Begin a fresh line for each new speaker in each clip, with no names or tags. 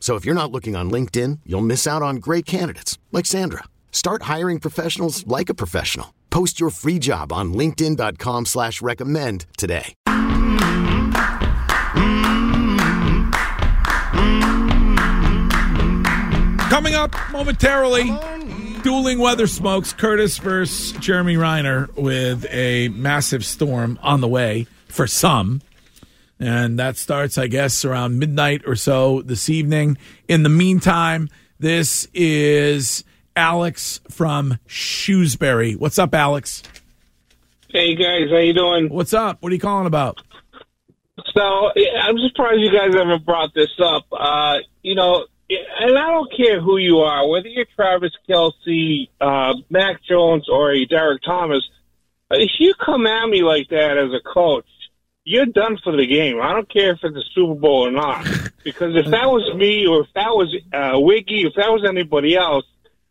So if you're not looking on LinkedIn, you'll miss out on great candidates like Sandra. Start hiring professionals like a professional. Post your free job on linkedin.com slash recommend today.
Coming up momentarily, dueling weather smokes. Curtis versus Jeremy Reiner with a massive storm on the way for some. And that starts, I guess, around midnight or so this evening. In the meantime, this is Alex from Shrewsbury. What's up, Alex?
Hey guys, how you doing?
What's up? What are you calling about?
So yeah, I'm surprised you guys haven't brought this up. Uh, you know, and I don't care who you are, whether you're Travis Kelsey, uh, Mac Jones, or a Derek Thomas. If you come at me like that as a coach, you're done for the game. I don't care if it's a Super Bowl or not, because if that was me, or if that was uh, Wiggy, if that was anybody else,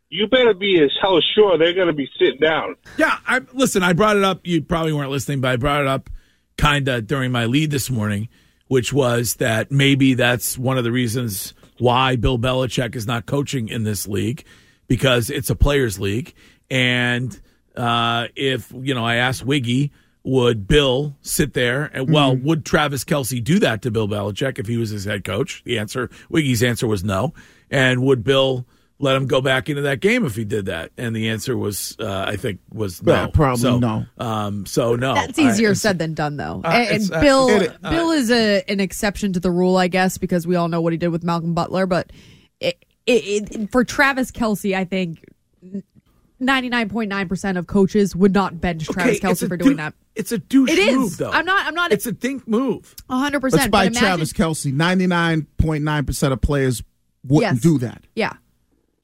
you better be as hell sure they're going to be sitting down.
Yeah, I listen. I brought it up. You probably weren't listening, but I brought it up kind of during my lead this morning, which was that maybe that's one of the reasons why Bill Belichick is not coaching in this league because it's a players' league. And uh, if you know, I asked Wiggy, would Bill sit there? And well, would Travis Kelsey do that to Bill Belichick if he was his head coach? The answer, Wiggy's answer was no. And would Bill? Let him go back into that game if he did that, and the answer was, uh, I think, was no.
Yeah, probably
So,
no.
Um, so no,
That's easier
I-
said than done, though.
Uh,
and
it's,
and
uh,
Bill,
it- uh,
Bill is a, an exception to the rule, I guess, because we all know what he did with Malcolm Butler. But it, it, it, for Travis Kelsey, I think ninety nine point nine percent of coaches would not bench Travis
it's
Kelsey
a
for doing
dou-
that.
It's a douche
It is.
move, though.
I'm not- I'm not-
It's a dink move.
One hundred
Let's
percent.
buy Travis Kelsey. Ninety nine point nine percent of players wouldn't
Yes.
do that.
Yeah.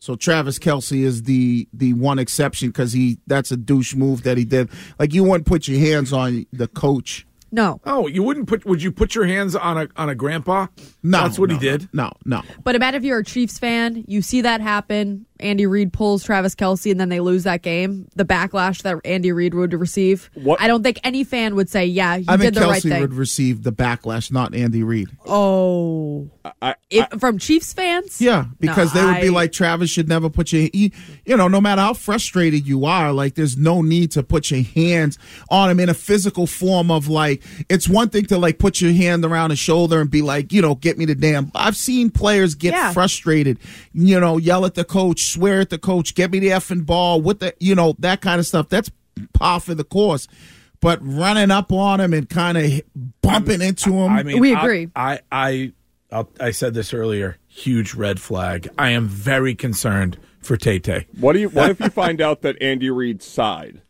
So Travis Kelsey is the the one exception because he that's a douche move that he did. Like you wouldn't put your hands on the coach.
No.
Oh, you wouldn't put? Would you put your hands on a on a grandpa?
No,
that's what
no,
he did.
No, no.
But imagine if you're a Chiefs fan, you see that happen. Andy Reid pulls Travis Kelsey, and then they lose that game. The backlash that Andy Reid would receive.
What-
I don't think any fan would say, "Yeah, you
I think
did the right
Kelsey
thing."
would receive the backlash, not Andy Reid.
oh,
I,
if, from Chiefs fans?
Yeah, because
No,
they would be
I-
like Travis should never put your you, you know no matter how frustrated you are, like there's no need to put your hands on him in a physical form of like it's one thing to like put your hand around his shoulder and be like you know get me the damn. I've seen players get
Yeah.
frustrated, you know, yell at the coach, swear at the coach, get me the effing ball, what the you know that kind of stuff. That's par for the course. But running up on him and kind of bumping into him,
I mean,
We
I-
agree.
I I I'll, I said this earlier. Huge red flag. I am very concerned for Tay Tay.
what do you? What if you find out that Andy Reid sighed?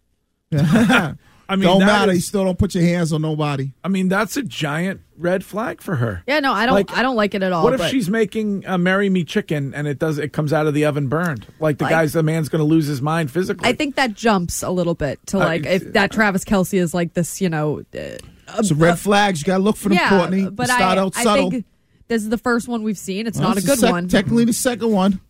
I mean,
don't
that
matter. you
is-
still don't put your hands on nobody.
I mean, that's a giant red flag for her.
Yeah, no, I don't.
Like,
I don't like it at all.
What if
but-
she's making uh, marry me chicken and it does it comes out of the oven burned? Like the guy's the man's going to lose his mind physically.
I think that jumps a little bit to like
uh,
if that Travis Kelsey is like this, you know. Uh,
So red flags. You gotta look for them,
yeah,
Courtney.
but
Start
I,
out
I
subtle.
think this is the first one we've seen. It's
Well,
not a
it's the
good
sec-
one.
Technically, the second one.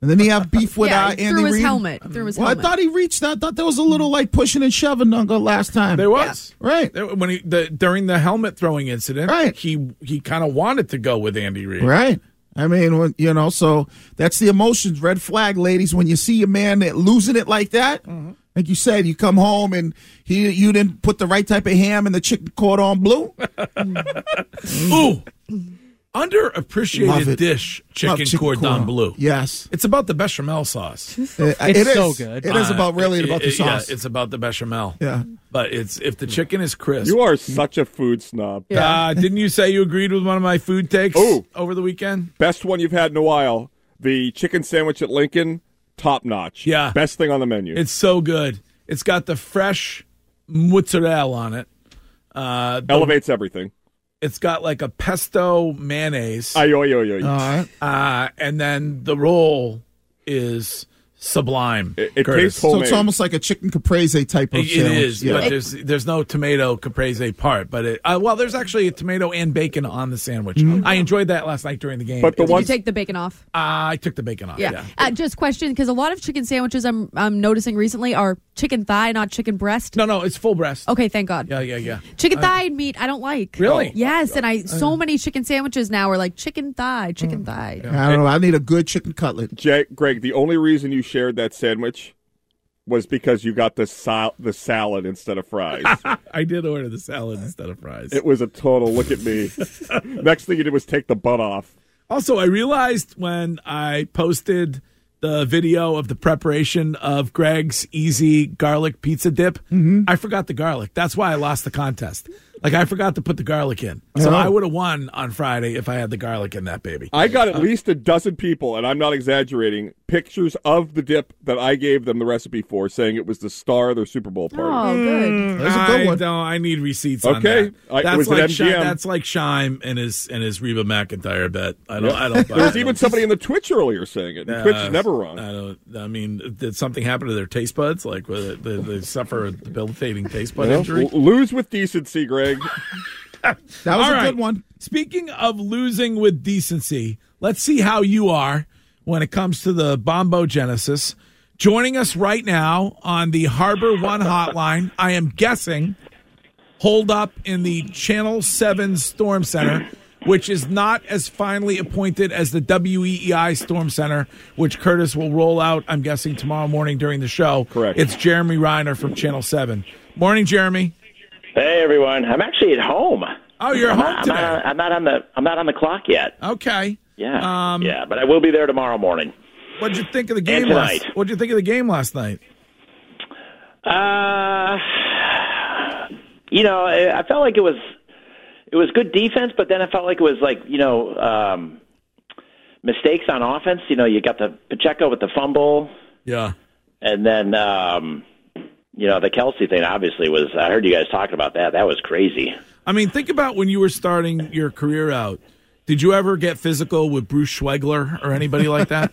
And then he have beef with
yeah,
uh,
he
Andy
through his
Reid.
helmet. Through his
Well, I
helmet.
thought he reached. I thought there was a little like pushing and shoving on the last time.
There was
Right.
There- when he the, during the helmet throwing incident.
Right.
He he kind of wanted to go with Andy Reid.
Right. I mean, when, you know, so that's the emotions. Red flag, ladies. When you see a man that losing it like that,
Mm-hmm.
like you said, you come home and he you didn't put the right type of ham in the chicken cordon bleu.
Mm. Ooh,
Love
Underappreciated
it.
dish,
Love
chicken cordon bleu.
Yes.
It's about the bechamel sauce.
It-
It's
Uh, it is.
so good.
It is
Uh,
about really
it-
about the
it- yeah,
sauce.
it's about the bechamel.
Yeah.
But it's if the chicken is crisp.
You are such a food snob.
Uh, didn't you say you agreed with one of my food takes
Oh.
over the weekend?
Best one you've had in a while. The chicken sandwich at Lincoln, top notch.
Yeah.
Best thing on the menu.
It's so good. It's got the fresh mozzarella on it. Uh, the-
Elevates everything.
it's got like a pesto mayonnaise,
Ay, oy, oy, oy.
All right.
uh, and then the roll is sublime.
It- it
Curtis.
tastes
So
Homemade.
it's almost like a chicken caprese type of
It- it
sandwich.
is,
Yeah.
but there's there's no tomato caprese part. But it, uh, well, there's actually a tomato and bacon on the sandwich. I enjoyed that last night during the game.
But the
It-
Did you
one
take the bacon off?
Ah, I took the bacon off.
Yeah.
yeah.
Uh, just question because a lot of chicken sandwiches I'm I'm noticing recently are chicken thigh, not chicken breast.
No, no, it's full breast.
Okay, thank God.
Yeah, yeah, yeah.
Chicken thigh meat I don't like.
Really?
Yes, and I so many chicken sandwiches now are like chicken thigh,
Mm.
chicken thigh.
I don't know. I need a good chicken cutlet.
Jay, Greg, the only reason you shared that sandwich was because you got the sal- the salad instead of fries.
I did order the salad instead of fries.
it was a total look at me. Next thing you did was take the butt off.
Also, I realized when I posted the video of the preparation of Greg's easy garlic pizza dip,
Mm-hmm.
I forgot the garlic. That's why I lost the contest. Like I forgot to put the garlic in, so
Oh.
I would have won on Friday if I had the garlic in that baby.
I got at least a dozen people, and I'm not exaggerating, pictures of the dip that I gave them the recipe for, saying it was the star of their Super Bowl party.
Oh, good.
That's a good
I
one.
don't. I need receipts. on
Okay.
that.
I- it
that's
was an
like Shi-
MGM.
that's like Shime and his and his Reba McIntyre bet. I don't. I don't. Buy
There was
it.
even somebody in the Twitch earlier saying it. and Twitch is
Uh,
never wrong.
I don't. I mean, did something happen to their taste buds? Like, were they, they, they suffer a debilitating taste bud
You know?
injury?
L- lose with decency, Greg.
That was
All
a
right.
good one.
Speaking of losing with decency, let's see how you are when it comes to the Bombo Genesis. Joining us right now on the Harbor One hotline, I am guessing, hold up in the Channel 7 Storm Center, which is not as finally appointed as the WEEI Storm Center, which Curtis will roll out, I'm guessing, tomorrow morning during the show.
Correct.
It's Jeremy Reiner from Channel 7. Morning, Jeremy.
Hey everyone, I'm actually at home.
Oh, you're
I'm
home
uh,
not,
today.
I'm not, I'm not on the I'm not on the clock yet.
Okay.
Yeah,
Um,
yeah, but I will be there tomorrow morning.
What'd you think of the game
And
last?
tonight.
What'd you think of the game last night?
Uh, you know, I I felt like it was it was good defense, but then I felt like it was like you know um, mistakes on offense. You know, you got the Pacheco with the fumble,
Yeah,
and then um, you know the Kelsey thing. Obviously, was I heard you guys talking about that. That was crazy.
I mean, think about when you were starting your career out. Did you ever get physical with Bruce Schwegler or anybody like that?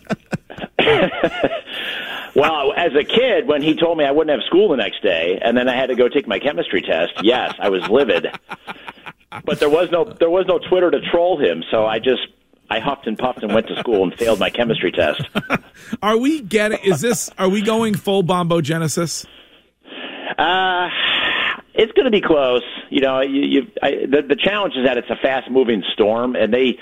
Well, as a kid, when he told me I wouldn't have school the next day, and then I had to go take my chemistry test, yes, I was livid. But there was no there was no Twitter to troll him, so I just I huffed and puffed and went to school and failed my chemistry test.
Are we getting? Is this? Are we going full Bombo Genesis?
Uh, it's going to be close. You know, you, you I, the the challenge is that it's a fast moving storm, and they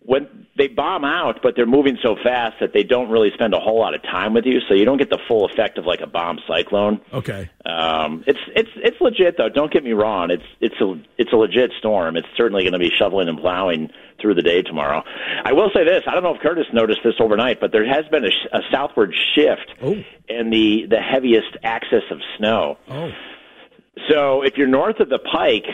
when they bomb out, but they're moving so fast that they don't really spend a whole lot of time with you, so you don't get the full effect of like a bomb cyclone.
Okay.
Um, it's it's it's legit though. Don't get me wrong. It's it's a it's a legit storm. It's certainly going to be shoveling and plowing through the day tomorrow. I will say this. I don't know if Curtis noticed this overnight, but there has been a, sh- a southward shift
Oh.
in the the heaviest axis of snow.
Oh,
So if you're north of the Pike,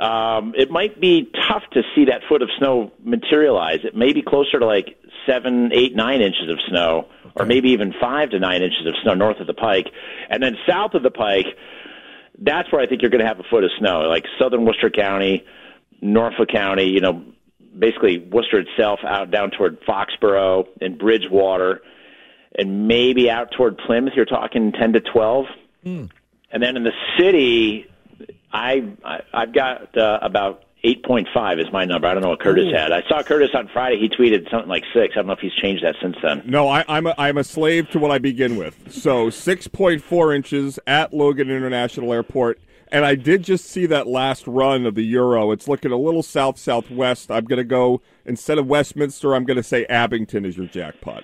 um, it might be tough to see that foot of snow materialize. It may be closer to like seven, eight, nine inches of snow, or maybe even five to nine inches of snow north of the Pike, and then south of the Pike. That's where I think you're going to have a foot of snow, like southern Worcester County, Norfolk County. You know, basically Worcester itself, out down toward Foxborough and Bridgewater, and maybe out toward Plymouth. You're talking ten to twelve. And then in the city, I, I I've got uh, about eight point five is my number. I don't know what Curtis had. I saw Curtis on Friday. He tweeted something like six. I don't know if he's changed that since then.
No, I, I'm a, I'm a slave to what I begin with. So six point four inches at Logan International Airport, and I did just see that last run of the Euro. It's looking a little south southwest. I'm going to go instead of Westminster. I'm going to say Abington is your jackpot.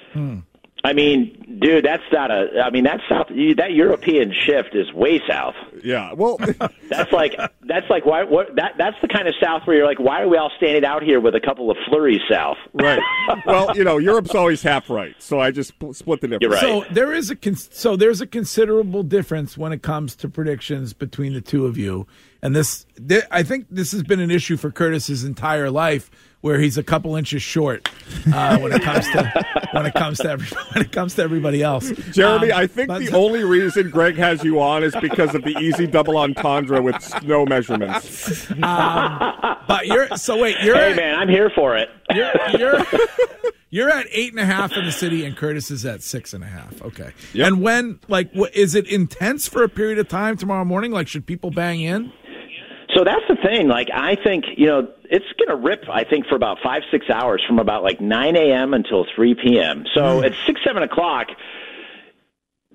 I mean, dude, that's not a. I mean, that's south. That European shift is way south.
Yeah. Well,
That's like that's like why what that that's the kind of south where you're like, why are we all standing out here with a couple of flurries south?
right. Well, you know, Europe's always half right, so I just sp- split the difference.
You're right.
So there is a con- so there's a considerable difference when it comes to predictions between the two of you, and this th- I think this has been an issue for Curtis his entire life, where he's a couple inches short uh, when it comes to when it comes to every, when it comes to everybody else.
Jeremy,
Um,
I think
but-
the only reason Greg has you on is because of the easy double entendre with snow measurements.
Uh, but you're so wait you're
Hey
at,
man, I'm here for it.
you're you're, you're at eight and a half in the city, and Curtis is at six and a half. Okay,
Yep.
and when like what, is it intense for a period of time tomorrow morning? Like should people bang in?
So that's the thing. Like, I think you know it's going to rip. I think for about five six hours from about like nine a.m. until three p.m. So
Hmm.
at six seven o'clock,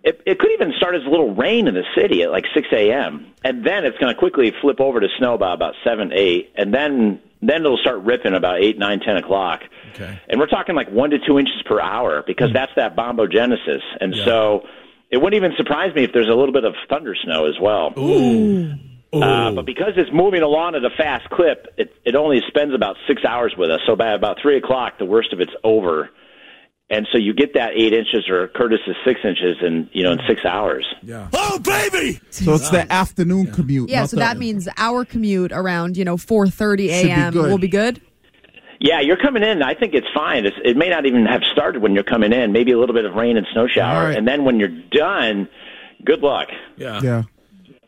it, it could even start as a little rain in the city at like six a.m. and then it's going to quickly flip over to snow by about seven eight, and then then it'll start ripping about eight nine ten o'clock.
Okay.
And we're talking like one to two inches per hour
Hmm.
because that's that bombogenesis, and so. It wouldn't even surprise me if there's a little bit of thunder snow as well. Uh, but because it's moving along at a fast clip, it, it only spends about six hours with us. So by about three o'clock, the worst of it's over, and so you get that eight inches or Curtis's six inches, in you know, in six hours.
Yeah.
Oh,
So it's the afternoon commute.
Yeah,
not
so
the-
that means our commute around, you know, 4.30
Should be
a.m.
good.
will be good.
Yeah, you're coming in. I think it's fine. It's, it may not even have started when you're coming in. Maybe a little bit of rain and snow shower,
All right.
and then when you're done, good luck.
Yeah.
Yeah,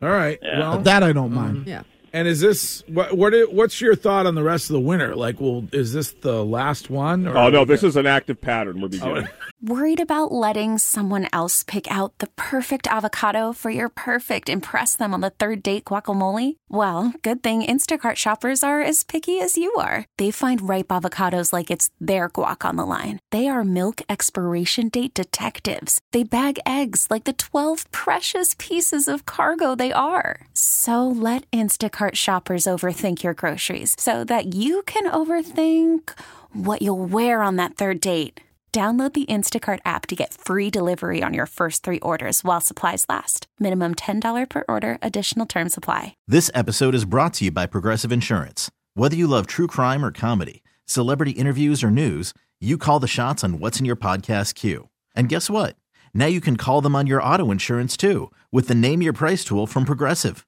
Uh,
All right. Well,
that I don't mind.
Yeah.
And is this what? What? i- What's your thought on the rest of the winter? Like, well, is this the last one? Or
Oh no, this is an active pattern we're beginning.
Worried about letting someone else pick out the perfect avocado for your perfect impress them on the third date guacamole? Well, good thing Instacart shoppers are as picky as you are. They find ripe avocados like it's their guac on the line. They are milk expiration date detectives. They bag eggs like the 12 precious pieces of cargo they are. So let Instacart shoppers overthink your groceries so that you can overthink what you'll wear on that third date. Download the Instacart app to get free delivery on your first three orders while supplies last. Minimum $10 per order, additional term supply.
This episode is brought to you by Progressive Insurance. Whether you love true crime or comedy, celebrity interviews or news, you call the shots on what's in your podcast queue. And guess what? Now you can call them on your auto insurance too with the Name Your Price tool from Progressive.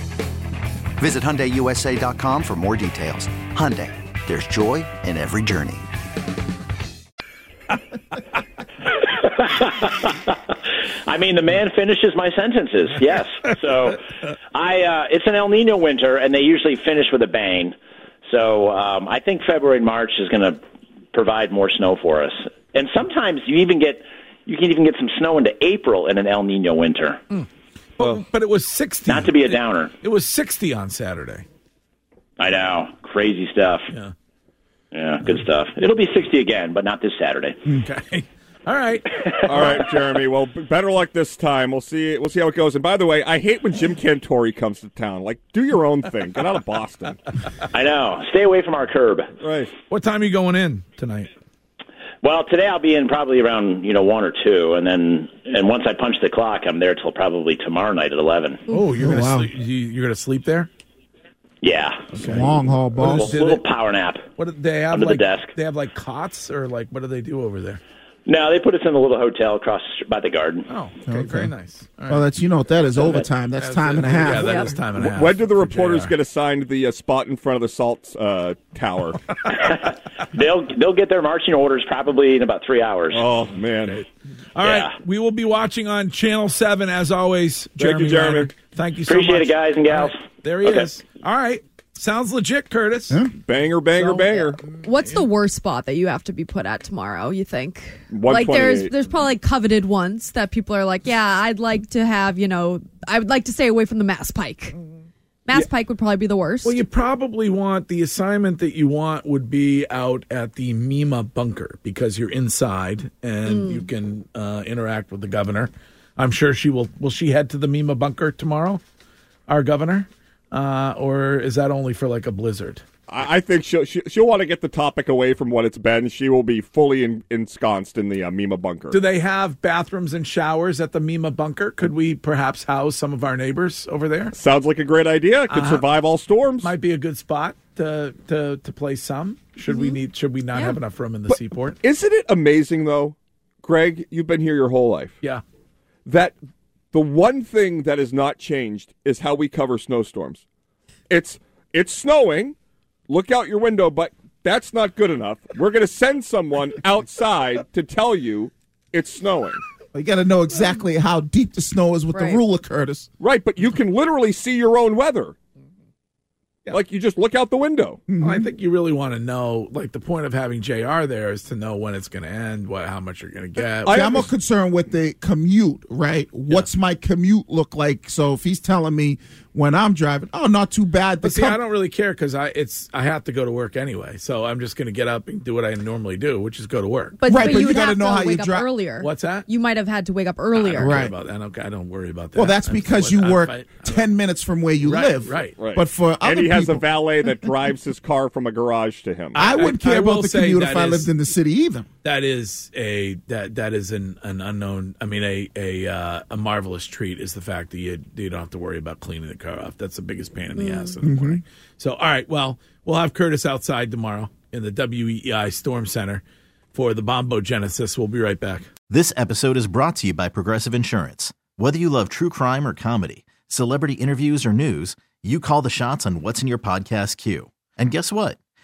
Visit HyundaiUSA.com for more details. Hyundai, there's joy in every journey.
I mean, the man finishes my sentences. Yes. So, I uh, it's an El Nino winter, and they usually finish with a bang. So, um, I think February and March is going to provide more snow for us. And sometimes you even get you can even get some snow into April in an El Nino winter.
but, but it was sixty.
Not to be a downer.
It was sixty on Saturday.
I know, crazy stuff.
Yeah.
Yeah, good stuff. It'll be 60 again, but not this Saturday.
Okay. All right.
All right, Jeremy. Well, b- better luck this time. We'll see. We'll see how it goes. And by the way, I hate when Jim Cantori comes to town. Like, do your own thing. Get out of Boston.
I know. Stay away from our curb.
Right.
What time are you going in tonight?
Well, today I'll be in probably around, you know, 1 or 2 and then and once I punch the clock, I'm there till probably tomorrow night at 11.
Oh, you're gonna
wow.
sleep. You, you're gonna sleep there.
Yeah.
Long haul,
Little,
boss.
Did
little
it-
power nap.
What do they have?
Under the
like
desk.
they have like cots or like what do they do over there?
No, they put us in a little hotel across the str- by the garden.
Oh, okay,
Okay.
very nice. All right.
Well, that's you know what that is overtime. That's time and a half.
Yeah, that is
Yep.
time and a
W-
half.
When do the
for
reporters
JR.
get assigned the uh, spot in front of the salt uh, tower?
They'll they'll get their marching orders probably in about 3 hours.
oh man.
All right,
Yeah.
we will be watching on Channel Seven as always.
Thank
Jeremy
you, Jeremy.
Renner. Thank you so
Appreciate
much,
it, guys and gals.
All right, There he
Okay.
is. All right, Sounds legit, Curtis.
Banger, banger, banger.
Mm-hmm.
What's the worst spot that you have to be put at tomorrow? You think?
128.
Like there's there's probably coveted ones that people are like, yeah, I'd like to have. You know, I would like to stay away from the Mass Pike.
Mm-hmm.
Mass Pike would probably be the worst.
Well, you probably want the assignment that you want would be out at the Mima bunker because you're inside and
Hmm.
you can uh, interact with the governor. I'm sure she will. Will she head to the Mima bunker tomorrow, our governor, uh, or is that only for like a blizzard?
I, I think she'll she, she'll want to get the topic away from what it's been. She will be fully en- ensconced in the uh, Mima bunker.
Do they have bathrooms and showers at the Mima bunker? Could we perhaps house some of our neighbors over there?
Sounds like a great idea. Could
Uh-huh.
survive all storms.
Might be a good spot to to to play some. Should
Mm-hmm.
we need? Should we not have enough room in the seaport?
Isn't it amazing though, Greg? You've been here your whole life.
Yeah.
that the one thing that has not changed is how we cover snowstorms. It's it's snowing. Look out your window, but that's not good enough. We're going to send someone outside to tell you it's snowing.
You got to know exactly how deep the snow is with
Right.
the ruler, Curtis.
Right, but you can literally see your own weather. Like you just look out the window.
Mm-hmm.
Well, I think you really want to know, like the point of having Jr. there is to know when it's going to end, what how much you're going to get.
See, I'm more concerned with the commute, right? What's my commute look like? So if he's telling me when I'm driving, oh, not too bad. The
but see,
com-
I don't really care because I it's I have to go to work anyway, so I'm just going to get up and do what I normally do, which is go to work.
but,
Right, but
you
you
would
gotta
have
know
to
how you
wake up
drive-
earlier.
What's that?
You might have had to wake up
I
earlier.
don't
Ah, Right.
care about that. I don't, I don't worry about that.
well, that's
I'm just
because you
like, I
work
fight- I don't-
10 minutes from where you
Right,
live.
right, right.
But for other
and he has
people,
a valet that drives his car from a garage to him.
I wouldn't
I- I
care
will
about the
say
commute
that
if I
is-
lived in the city either.
That is a that that is an, an unknown. I mean, a a uh, a marvelous treat is the fact that you you don't have to worry about cleaning the car off. That's the biggest pain in the ass in the morning. So, all right, well, we'll have Curtis outside tomorrow in the WEI Storm Center for the Bombo Genesis. We'll be right back.
This episode is brought to you by Progressive Insurance. Whether you love true crime or comedy, celebrity interviews or news, you call the shots on what's in your podcast queue. And guess what?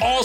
All